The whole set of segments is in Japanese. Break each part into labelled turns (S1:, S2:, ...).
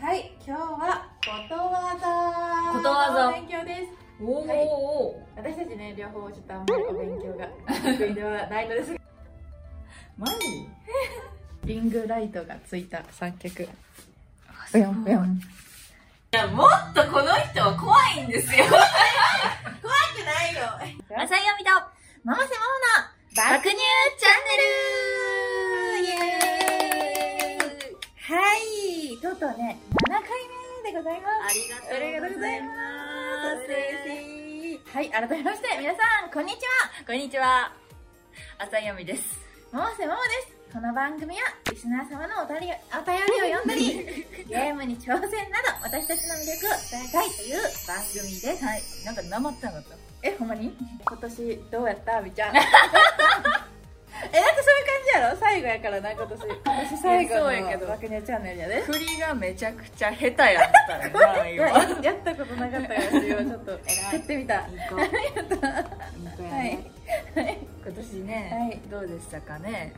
S1: はい、今日はことわざ
S2: ことわざ
S1: の勉強です
S2: おお、
S1: はい
S2: お
S1: 私たちね、両方ちょっとあんまりお勉強が得意ではないのです が
S2: マジ
S1: リングライトがついた三脚
S2: う
S1: やんやん
S2: いやもっとこの人は怖いんです よ
S1: ないよ
S2: 浅井亜美とママセママの爆乳チャンネルイエーイ
S1: はい、とうとうね、7回目でございます
S2: ありがとうございます
S1: 嬉しいはい、改めまして皆さん、こんにちは
S2: こんにちは浅井亜美です
S1: 百瀬ももですこの番組はリスナー様のおたりお便りを読んだ りゲームに挑戦など私たちの魅力を伝えたいという番組です
S2: はいなんかなまってなかった
S1: えほんまに今年どうやったみちゃん えだってそういう感じやろ最後やからな 今年今年最後
S2: いやそうやけど
S1: の爆乳チャンネルやで
S2: 振りがめちゃくちゃ下手やったよな
S1: い
S2: 今
S1: やややったことなかったからそれはちょっとやってみたはい
S2: い子いい子
S1: い、
S2: やね今年ね、どうでしたかね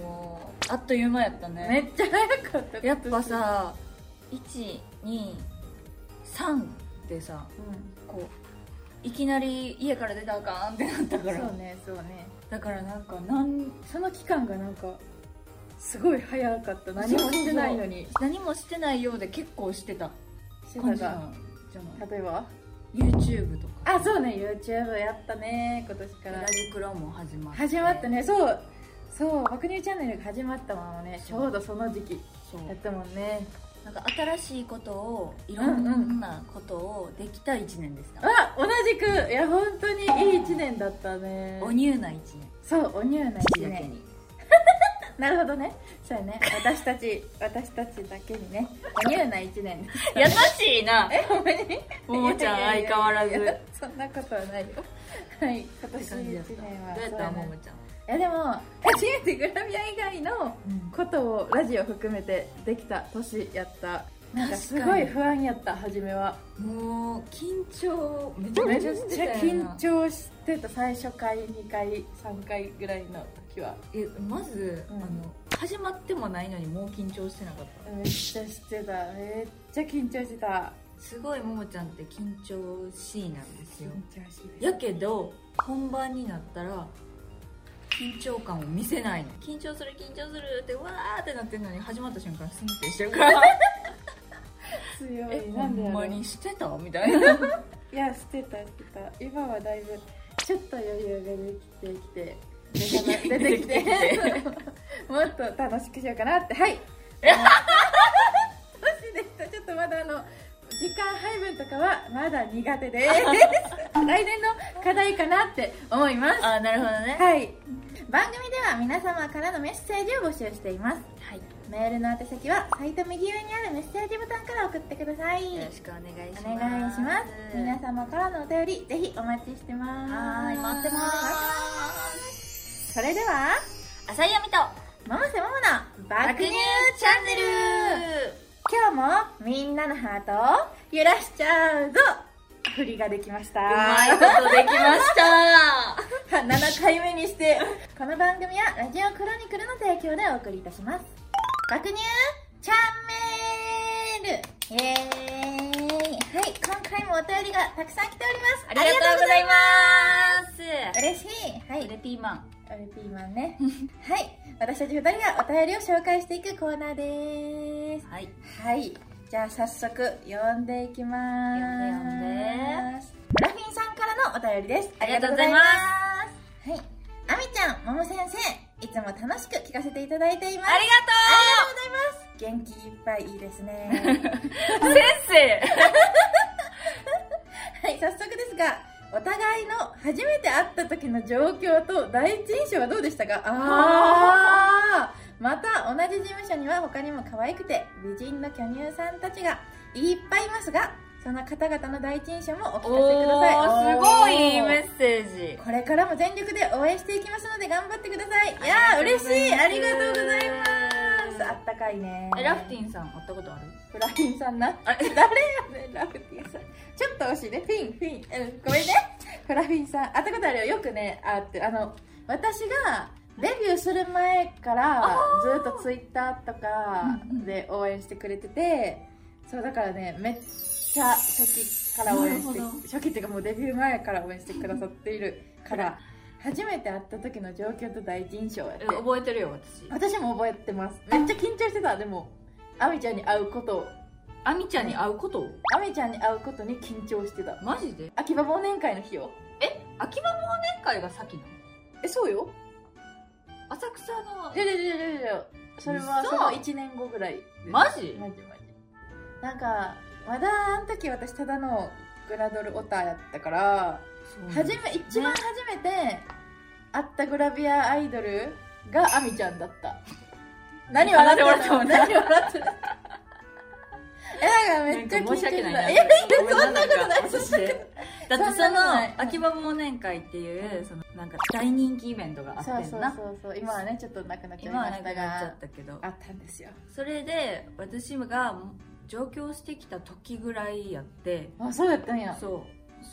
S2: もうあっという間やったね
S1: めっちゃ早かった
S2: やっぱさ123でさ
S1: うん
S2: こういきなり家から出たらあかんってなったから
S1: そうねそうね
S2: だからなんかなん
S1: その期間がなんかすごい早かった何もしてないのに
S2: 何もしてないようで結構してた
S1: して
S2: 感
S1: た
S2: じな
S1: が
S2: んじゃない
S1: 例えば
S2: YouTube とか
S1: あそうね YouTube やったね今年か
S2: ラ
S1: ら
S2: ジクロも始まって
S1: 始まったねそうそう爆乳チャンネルが始まったままねちょうどその時期
S2: そう
S1: やったもんね
S2: なんか新しいことをいろんなことをできた1年でした、
S1: あ同じくいや本当にいい1年だったね
S2: おニューな1年
S1: そうおにゅうな
S2: 一
S1: 1
S2: だけ
S1: 年
S2: に
S1: なるほどねそうやね私たち私たちだけにねおにゅうな1年
S2: 優しいな
S1: えほんまに
S2: ももちゃん相変わらず
S1: いやいやいやそんなことはないよはい今
S2: って
S1: 年
S2: 感じだった
S1: 1年は
S2: どうやった
S1: そうや
S2: も
S1: ね
S2: もちゃん、
S1: いやでも初めてグラビア以外のことをラジオ含めてできた年やったなんかす
S2: 確
S1: ご
S2: か
S1: い
S2: に
S1: 不安やった初めは
S2: もう緊張めちゃ
S1: め
S2: め
S1: っち
S2: ち
S1: ゃ
S2: ゃしてたよな
S1: 緊張してた最初回2回3回ぐらいの時は
S2: えまず、
S1: うん
S2: あの始まってもないのにもう緊張してなかっ
S1: めっちゃしてためっちゃ緊張してた
S2: たすごいももちゃんって緊張しいなんです
S1: 緊
S2: よ
S1: 張し
S2: やけど本番になったら緊張感を見せないの緊張する緊張するってわーってなってるのに始まった瞬間スンってしてるから
S1: 強
S2: え
S1: い
S2: ほ
S1: なんで
S2: ん
S1: やろ
S2: ま
S1: う
S2: にしてたみたい な
S1: いやしてたしてた今はだいぶちょっと余裕ができてきて出てきてもっと楽しくしようかなってはい年でしたちょっとまだあの時間配分とかはまだ苦手です来年の課題かなって思います
S2: あなるほどね
S1: はい番組では皆様からのメッセージを募集しています
S2: はい、
S1: メールの宛先はサイト右上にあるメッセージボタンから送ってください
S2: よろしくお願いします
S1: お願いします皆様からのお便りぜひお待ちしてます
S2: はーい待ってます
S1: それでは
S2: 浅井亜美と
S1: ママセママの爆乳
S2: チャンネル
S1: 今日もみんなのハートを揺らしちゃうぞ振りができました
S2: うまいことできま した
S1: 7回目にしてこの番組はラジオクロニクルの提供でお送りいたします爆乳チャンネルイエーイはい今回もお便りがたくさん来ております
S2: ありがとうございます
S1: 嬉しいはい
S2: ウレピーマン
S1: オルピーマンね はい私たち2人がお便りを紹介していくコーナーです
S2: はい
S1: はいじゃあ早速読んでいきます
S2: 読んで読んで
S1: ラフィンさんからのお便りです
S2: ありがとうございます
S1: はいあみちゃんもも先生いつも楽しく聞かせていただいています
S2: あ
S1: ありがとうございます元気いっぱいいいですね
S2: りがとう先
S1: はい早速ですがお互いの初めて会った時の状況と第一印象はどうでしたかああまた同じ事務所には他にも可愛くて美人の巨乳さんたちがいっぱいいますがその方々の第一印象もお聞か
S2: 生
S1: せください
S2: おーすごいいい
S1: おー
S2: メッセージ
S1: これからも全力で応援していきますので頑張ってくださいいやー嬉しいありがとうございますあったかいね
S2: えラフテ
S1: ン
S2: ィンさん会ったことある
S1: フラフィンさんな
S2: あれ
S1: 誰やねんラフティンさんちょっと惜しいねフィンフィン、うん、ごめんねフラフィンさん会ったことあるよよくね会ってあの私がデビューする前からずっとツイッターとかで応援してくれててそうだからねめっちゃ初期から応援して
S2: なるほど
S1: 初期っていうかもうデビュー前から応援してくださっているから初めて会った時の状況と第一印象やっ
S2: え
S1: て
S2: 覚えてるよ私
S1: 私も覚えてますめっちゃ緊張してたでもアミちゃんに会うことを
S2: あみちゃんに会うことを
S1: アミちゃんに会うことに緊張してた
S2: マジで
S1: 秋葉忘年会の日よ
S2: 秋葉忘年会が先なの
S1: えそうよ
S2: 浅草の
S1: いやいやいやいやいやそれは
S2: 嘘
S1: その1年後ぐらいです
S2: マジ
S1: マジマジなんかまだあの時私ただのグラドルオタやったからはじめ一番初めて会ったグラビアアイドルがアミちゃんだ った何笑って
S2: 鼻で笑って
S1: る
S2: も
S1: の
S2: う
S1: 何笑ってる えなんかめっちゃ
S2: なんか申し訳ないな
S1: え
S2: ごめん
S1: そんなことない
S2: んか
S1: そんなこ
S2: だってそ
S1: そんなことない
S2: の秋葉忘年会っていうそのなんか大人気イベントがあってん
S1: そう
S2: な
S1: そうそうそう今はねちょっとなくなっちゃい
S2: 今
S1: ま
S2: はな
S1: し
S2: く
S1: た
S2: なっちゃ
S1: が
S2: ったけど
S1: あったんですよ
S2: それで私が上京してきた時ぐらいやって
S1: あそうだったんや
S2: そう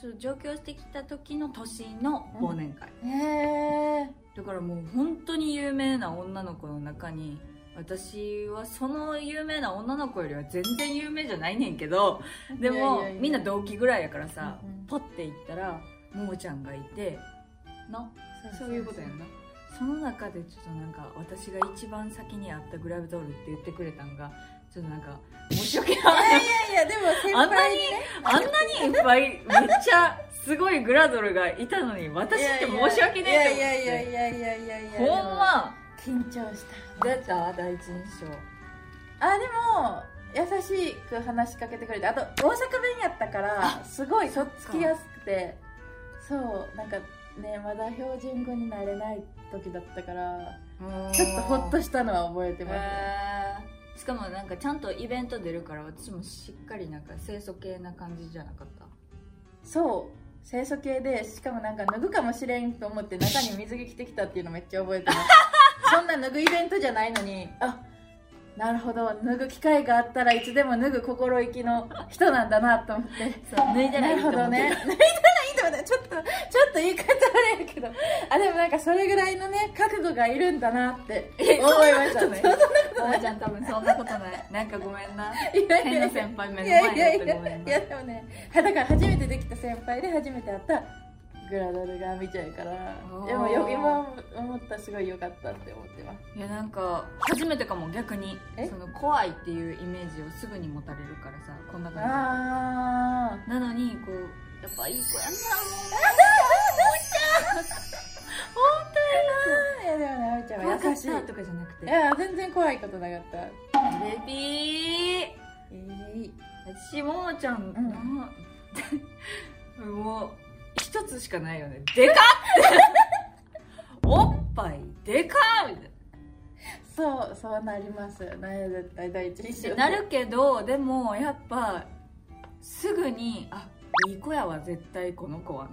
S2: そう上京してきた時の年の忘年会、
S1: へえ
S2: だからもう本当に有名な女の子の中に私はその有名な女の子よりは全然有名じゃないねんけどでも
S1: いやいやいや
S2: みんな同期ぐらいやからさ、
S1: うんうん
S2: ポッて行ったらももちゃんがいてなそういうことやんなその中でちょっとなんか私が一番先に会ったグラブドールって言ってくれたんがちょっとなん か申し訳ない
S1: いやいやでも先輩にね
S2: あんなにいっぱいめっちゃすごいグラドルがいたのに私って申し訳ないと思って
S1: いやいやいやいやいやいやいや
S2: ほんま
S1: 緊張した
S2: どうやった第一印象
S1: あでも優しく話しかけてくれてあと大阪弁やったからすごいとっつきやすくてそうなんかねまだ標準語になれない時だったからちょっとホッと
S2: し
S1: したのは覚えて
S2: て
S1: ます、
S2: しかもなんかちゃんとイベント出るから私もしっかりなんか清楚系な感じじゃなかった
S1: そう清楚系でしかもなんか脱ぐかもしれんと思って中に水着着てきたっていうのめっちゃ覚えて ますそんな脱ぐイベントじゃないのにあなるほど脱ぐ機会があったらいつでも脱ぐ心意気の人なんだなと思 って
S2: そう脱いでな
S1: な
S2: い
S1: るほどね脱いでないと思ちょっとちょっと言い方あれやけどあでもなんかそれぐらいのね覚悟がいるんだなって思いました
S2: そんな
S1: ね
S2: ことおばちゃん多分そんなことないなんかごめんない
S1: やい
S2: 変
S1: や
S2: ない
S1: や
S2: 先輩目
S1: い
S2: の
S1: や
S2: 前
S1: い
S2: に
S1: や
S2: や
S1: い
S2: ってごめ
S1: や
S2: ん
S1: い
S2: な
S1: やでもねだから初めてできた先輩で初めて会ったグラドルが見ちゃうから
S2: おー
S1: でもよ今思ったらすごい良かったって思ってます
S2: いやなんか初めてかも逆に
S1: え
S2: その怖いっていうイメージをすぐに持たれるからさこんな感じ
S1: あ
S2: なのにこうやっぱいい子やんな
S1: あいやでもねあみちゃん
S2: もう
S1: は
S2: 優
S1: 優
S2: し
S1: し
S2: い
S1: い
S2: とかじゃなくて
S1: いや全然怖いことなかったえ
S2: ベビー
S1: え
S2: 私ももちゃん、
S1: ん
S2: な もう一つしかないよねでかっ っておっぱいでかっみたい
S1: そうそうなりますなんや絶対第一印象
S2: ななるけどでもやっぱすぐにあいい子やわ絶対この子は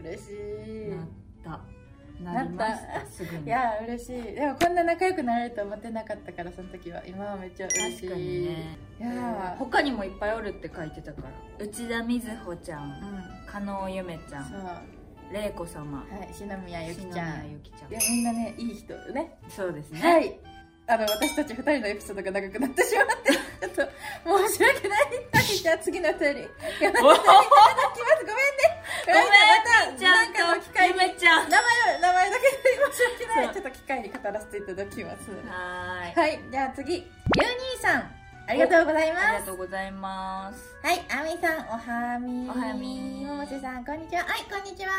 S1: 嬉し
S2: み
S1: い
S2: たいなったなりましたすぐに
S1: いや嬉しいでもこんな仲良くなれると思ってなかったからその時は今はめっちゃ嬉しい
S2: 確かにね
S1: いやー
S2: 他にもいっぱいおるって書いてたから内田瑞穂ちゃ
S1: うんん
S2: 加納ゆめちゃ
S1: そうんは
S2: 玲子様
S1: い篠宮ゆきちゃん
S2: ゆきちゃん
S1: いやみんなねいい人ね
S2: そうですね、
S1: はいあの私たち2人のエピソードが長くなってしまって ちょっと申し訳ないはいじゃあ次のお便り読ませていただきますごめんね
S2: ごめん
S1: また
S2: ちゃ
S1: なんん
S2: と
S1: かの機会に
S2: ゆめちゃ
S1: 名
S2: ん
S1: 前を名前だけで申し訳ない
S2: そ
S1: ちょっと機会に語らせていただきます
S2: はーい
S1: はいじゃあ次ゆう兄さんありがとうござい
S2: あり
S1: ま
S2: が
S1: す
S2: とうございます
S1: はい、あみさん、おはみ。
S2: おはみ
S1: ももせさん、こんにちは。はい、こんにちは。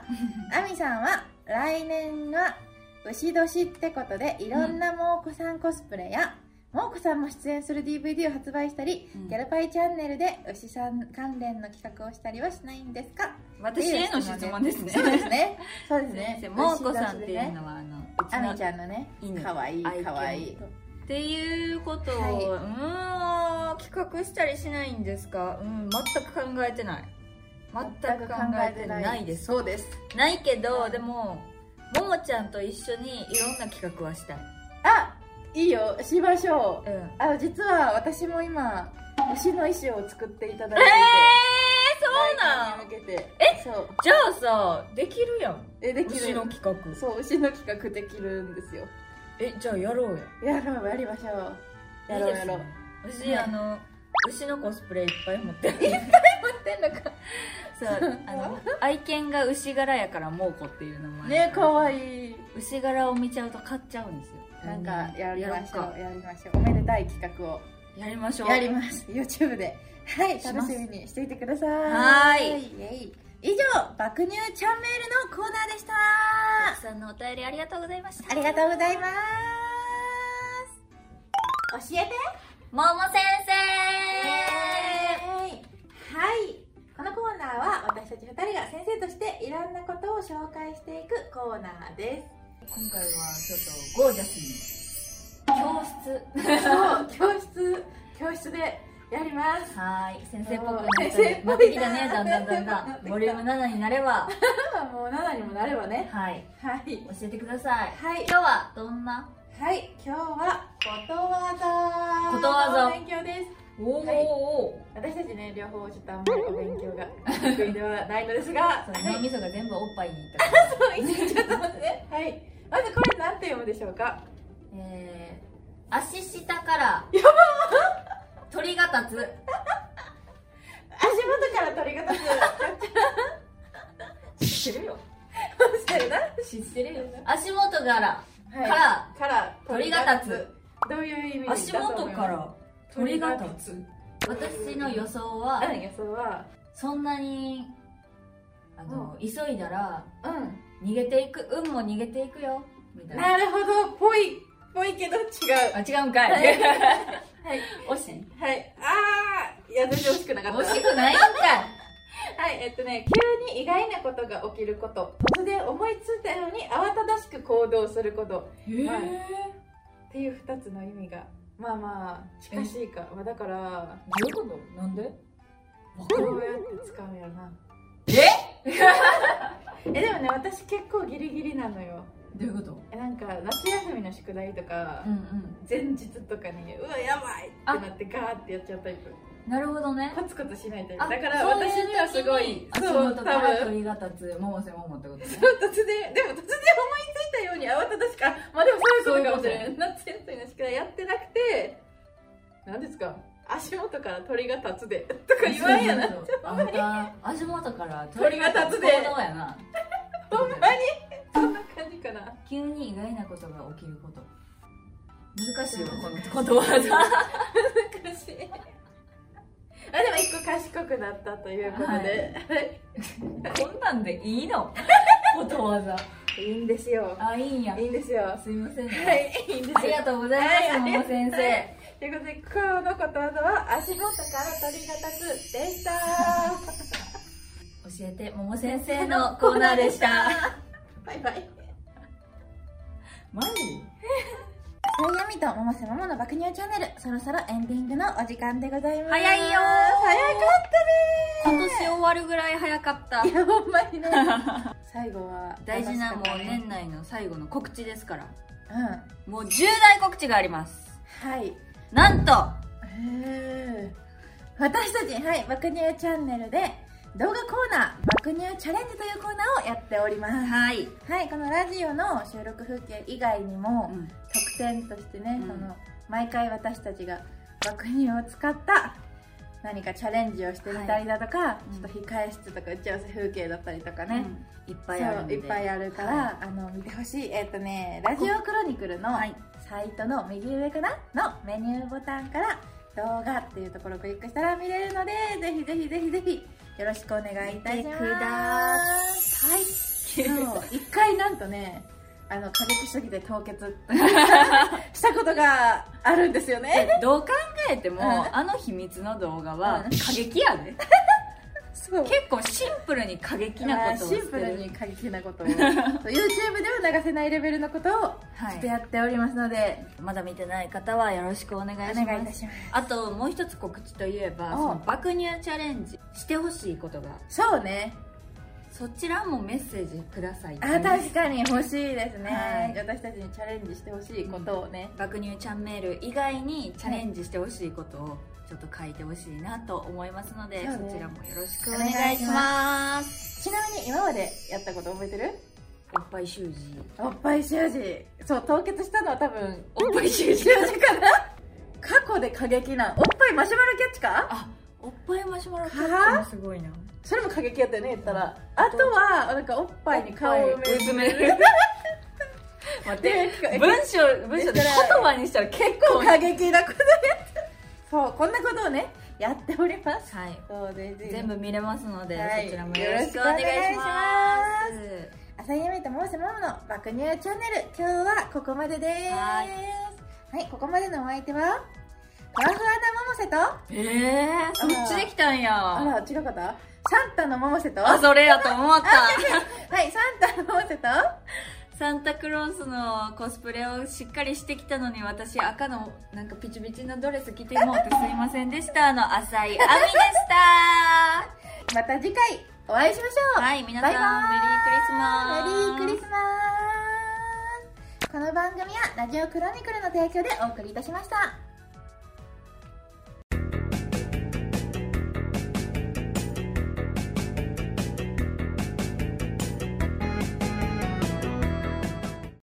S1: あみさんは、来年は、牛年ってことで、いろんなもうこさんコスプレや、もうこさんも出演する DVD を発売したり、
S2: うん
S1: ギャルパイチャンネルで牛さん関連の企画をしたりはしないんですか
S2: 私への質問ですね
S1: そうですね。そうですね
S2: 先。生もうこさんっ
S1: 牛年
S2: てい
S1: で
S2: う
S1: ね。
S2: のはあのうち
S1: あ
S2: の
S1: みちゃんのね、
S2: 犬
S1: かわいい、
S2: 愛犬
S1: かわいい。
S2: っていうことを、
S1: はいう
S2: ーん企画したりしないんですかうん全く考えてない全く考えてないです
S1: そうです。
S2: ないけどでもももちゃんと一緒にいろんな企画はしたい
S1: あ、いいよ、しましょう。
S2: うんえ
S1: あ実は私も今牛の衣装を作っていただい
S2: ー
S1: てて、
S2: そうな
S1: 来
S2: ん
S1: 年に向けてえそう
S2: じゃあさできるやん
S1: えでき
S2: 牛
S1: る
S2: の企画
S1: そう牛の企画できるんですよ
S2: えじゃあやろうや
S1: やろうやりましょうやろうやろう
S2: いいですね私、
S1: ね
S2: あの
S3: 牛のコスプレいっぱい持ってる
S1: ってんのか
S2: そうあの愛犬が牛柄やからモーコっていう名前
S3: ねかわ
S2: い
S3: いい
S2: 牛柄を見ちゃうと買っちゃうんですよ
S1: なんかやりましょう
S2: やろっか
S1: やりましょうおめでたい企画を
S2: やりましょう
S1: やります YouTube ではい
S2: し
S1: 楽
S2: ます
S1: しみにしていてください
S2: はー
S1: イエイ以上爆乳チャンネルのコーナーでした
S2: たくさんのお便りありがとうございました
S1: ありがとうございます教えて
S2: もも先生
S1: はいこのコーナーは私たち2人が先生としていろんなことを紹介していくコーナーで
S2: 今回はちょっとゴージャスに教室
S1: すそう教室教室でやります
S2: はーい先生っぽく
S1: 先生っぽいな
S2: なってきたねだんだんだん
S1: なっ
S2: だ
S1: てき
S2: ん
S1: た
S2: ボリューム7になれば
S1: 今はもう7にもなればね
S2: はい
S1: はい
S2: 教えてください
S1: はい
S2: 今日はどんな
S1: はい今日はことわざ
S2: ことわざ
S1: の勉強です
S2: お
S1: ー
S2: お
S1: 私たちね両方ちょっとあんまりお勉強が得意ではないのですが
S2: そう脳みそが全部おっぱいにいったから
S1: そう一日ちょっと待ってねはいまずこれ何て読むでしょうか
S2: えー、足下から鳥が
S1: 足
S2: 立つ
S1: 元から鳥が立つ知ってるよ知ってるな
S2: 知ってるよ足元から、
S1: はい
S2: から
S1: から
S2: 鳥が立つ
S1: どういう意味
S2: 足元から鳥が立
S1: つ
S2: つ私の予想は
S1: うん予想は
S2: そんなにあの、急いだら
S1: う
S2: 逃げていく運も逃げていくよみたい
S1: ん
S2: な
S1: なるほどぽいぽいけど違う
S2: あ違うんかい、
S1: はいはい
S2: 惜しい
S1: はいああいや全然惜しくなかった
S2: 惜しくないんか
S1: はい、えっとね、急に意外なことが起きること、突然思いついたように慌ただしく行動すること
S2: いへえ
S1: はいっていう2つの意味が、まあまあ、近しいか、まあ、だから、
S2: どういうことなんでわ
S1: ど
S2: か
S1: う
S2: る
S1: やって使うんやろな。
S2: え
S1: え、でもね、私結構ギリギリなのよ。
S2: どういうこと
S1: えなんか、夏休みの宿題とか
S2: うん、うん
S1: 前日とかに、うわ、やばいってなって、ガーってやっちゃうタイプ。
S2: なるほどね
S1: コツコツしないタイ
S2: あ
S1: プ。だから、
S2: そういう
S1: 私にはすごい、
S2: 足
S1: そう、
S2: 元
S1: 多
S2: から
S1: 分。
S2: 鳥が立つ百瀬ももってことね
S1: 突然でも突然思いついたように慌ただしくあまあでもそういうことかもしれない夏休みの宿題やってなくて何ですか足元から鳥が立つでとか言わんやな
S2: そうそうそうあんた足元から
S1: 鳥が立つで
S2: 行動やな
S1: ほんまにそんな感じかな
S2: 急に意外なことが起きること難しいわこのことわざ
S1: 難しいあでも一個賢くなったということで、
S2: こんなんでいいのことわざ
S1: い、いんですよ
S2: あいいんや
S1: いいんですよは
S2: すいません、
S1: いいいんですよ
S2: ありがとうございます、
S1: はい
S2: もも先生、
S1: はいということで今日のことわざは足元から鳥が立つでした
S2: 教えてもも先生のコーナーでした
S1: バイバイ
S2: マジ
S1: さやみとももせももの爆乳チャンネルそろそろエンディングのお時間でございます
S2: 早いよ
S1: 早
S2: ー
S1: かった
S2: 今
S1: ね
S2: 年終わるぐらい早かった
S1: いやほんまにね 最後は
S2: 大事なもう
S1: 楽しかったね
S2: 年内の最後の告知ですから
S1: うん
S2: もう重大告知があります
S1: はい
S2: なんと
S1: えー私たちはい爆乳チャンネルで動画コーナー爆乳チャレンジというコーナーをやっております
S2: はい、
S1: はいこのラジオの収録風景以外にも、
S2: うん
S1: 特典としてね、
S2: うん
S1: その毎回私たちが爆乳を使った何かチャレンジをしてみたりだとか、
S2: うん
S1: ちょっと控え室とか打ち合わせ風景だったりとかね、
S2: うんいっ
S1: そ
S2: ぱ
S1: う
S2: いあるんで
S1: いっぱいあるから、あの見てほしいえっ、とねラジオクロニクルの
S2: はい
S1: サイトの右上かなのメニューボタンから動画っていうところをクリックしたら見れるのでぜひぜひぜひぜひよろしくお願いいたし
S2: 見
S1: ま
S2: て
S1: す
S2: くだ
S1: はいそう一回なんとねあの過激主義で凍結したことがあるんですよね
S2: どう考えても、
S1: うん
S2: あの秘密の動画
S1: う
S2: は
S1: ん
S2: 過激やで
S1: そう
S2: 結構シンプルに過激
S1: ま
S2: な
S1: あ
S2: ことを
S1: シンプルに過激なことをそう YouTube では流せないレベルのことを
S2: は
S1: ちょっと
S2: い、
S1: やっておりますので、
S2: まだ見てない方はよろしくお願いします
S1: お願いいたしま
S2: あともう一つ告知といえば
S1: お
S2: その爆乳チャレンジしてほしいことが
S1: すそうね
S2: そちらもメッセージください
S1: あ確かに欲しいですね、
S2: は
S1: 私たちにチャレンジしてほしいことをね、
S2: 爆乳チャンネル以外にチャレンジしてほしいことをちょっと書いてほしいなと思いますので、
S1: そうね
S2: そちらもよろしくお願いします
S1: ちなみに今までやったこと覚えてる
S2: おっぱい習字
S1: おっぱい習字そう凍結したのは多分
S2: おっぱい習字
S1: 習字かな過去で過激なおっぱぱいマシュマロキャッチか
S2: おっぱいマシュマロキャッチ
S1: か
S2: もすごいな
S1: それも過激やったよね言ったらあとはなんかおっぱいに顔を埋める
S2: 埋める 待って
S1: って
S2: 文章文章で言葉にしたら結構
S1: 過激なことやったそうこんなことをねやっております
S2: はい
S1: そうで
S2: 全部見れますので、
S1: はい
S2: そちらもよろしくお願いします
S1: 朝夢と申すものの爆乳チャンネル今日はここまでですは
S2: はいい
S1: ここまでのお相手はふわふわな百瀬と
S2: ええー、そっちできたんや
S1: あら違うかったサンタの百瀬と
S2: あ
S1: は
S2: それやと思った
S1: いサンタの百瀬と
S2: サンタクロースのコスプレをしっかりしてきたのに私赤のなんかピチピチなドレス着てもうてすいませんでしたあの浅井亜美でした
S1: また次回お会いしましょう
S2: はい皆
S1: バ
S2: さ
S1: イバーイメリ
S2: んメリークリ
S1: ー
S2: スマス
S1: クリスマスこの番組はラジオクロニクルの提供でお送りいたしました。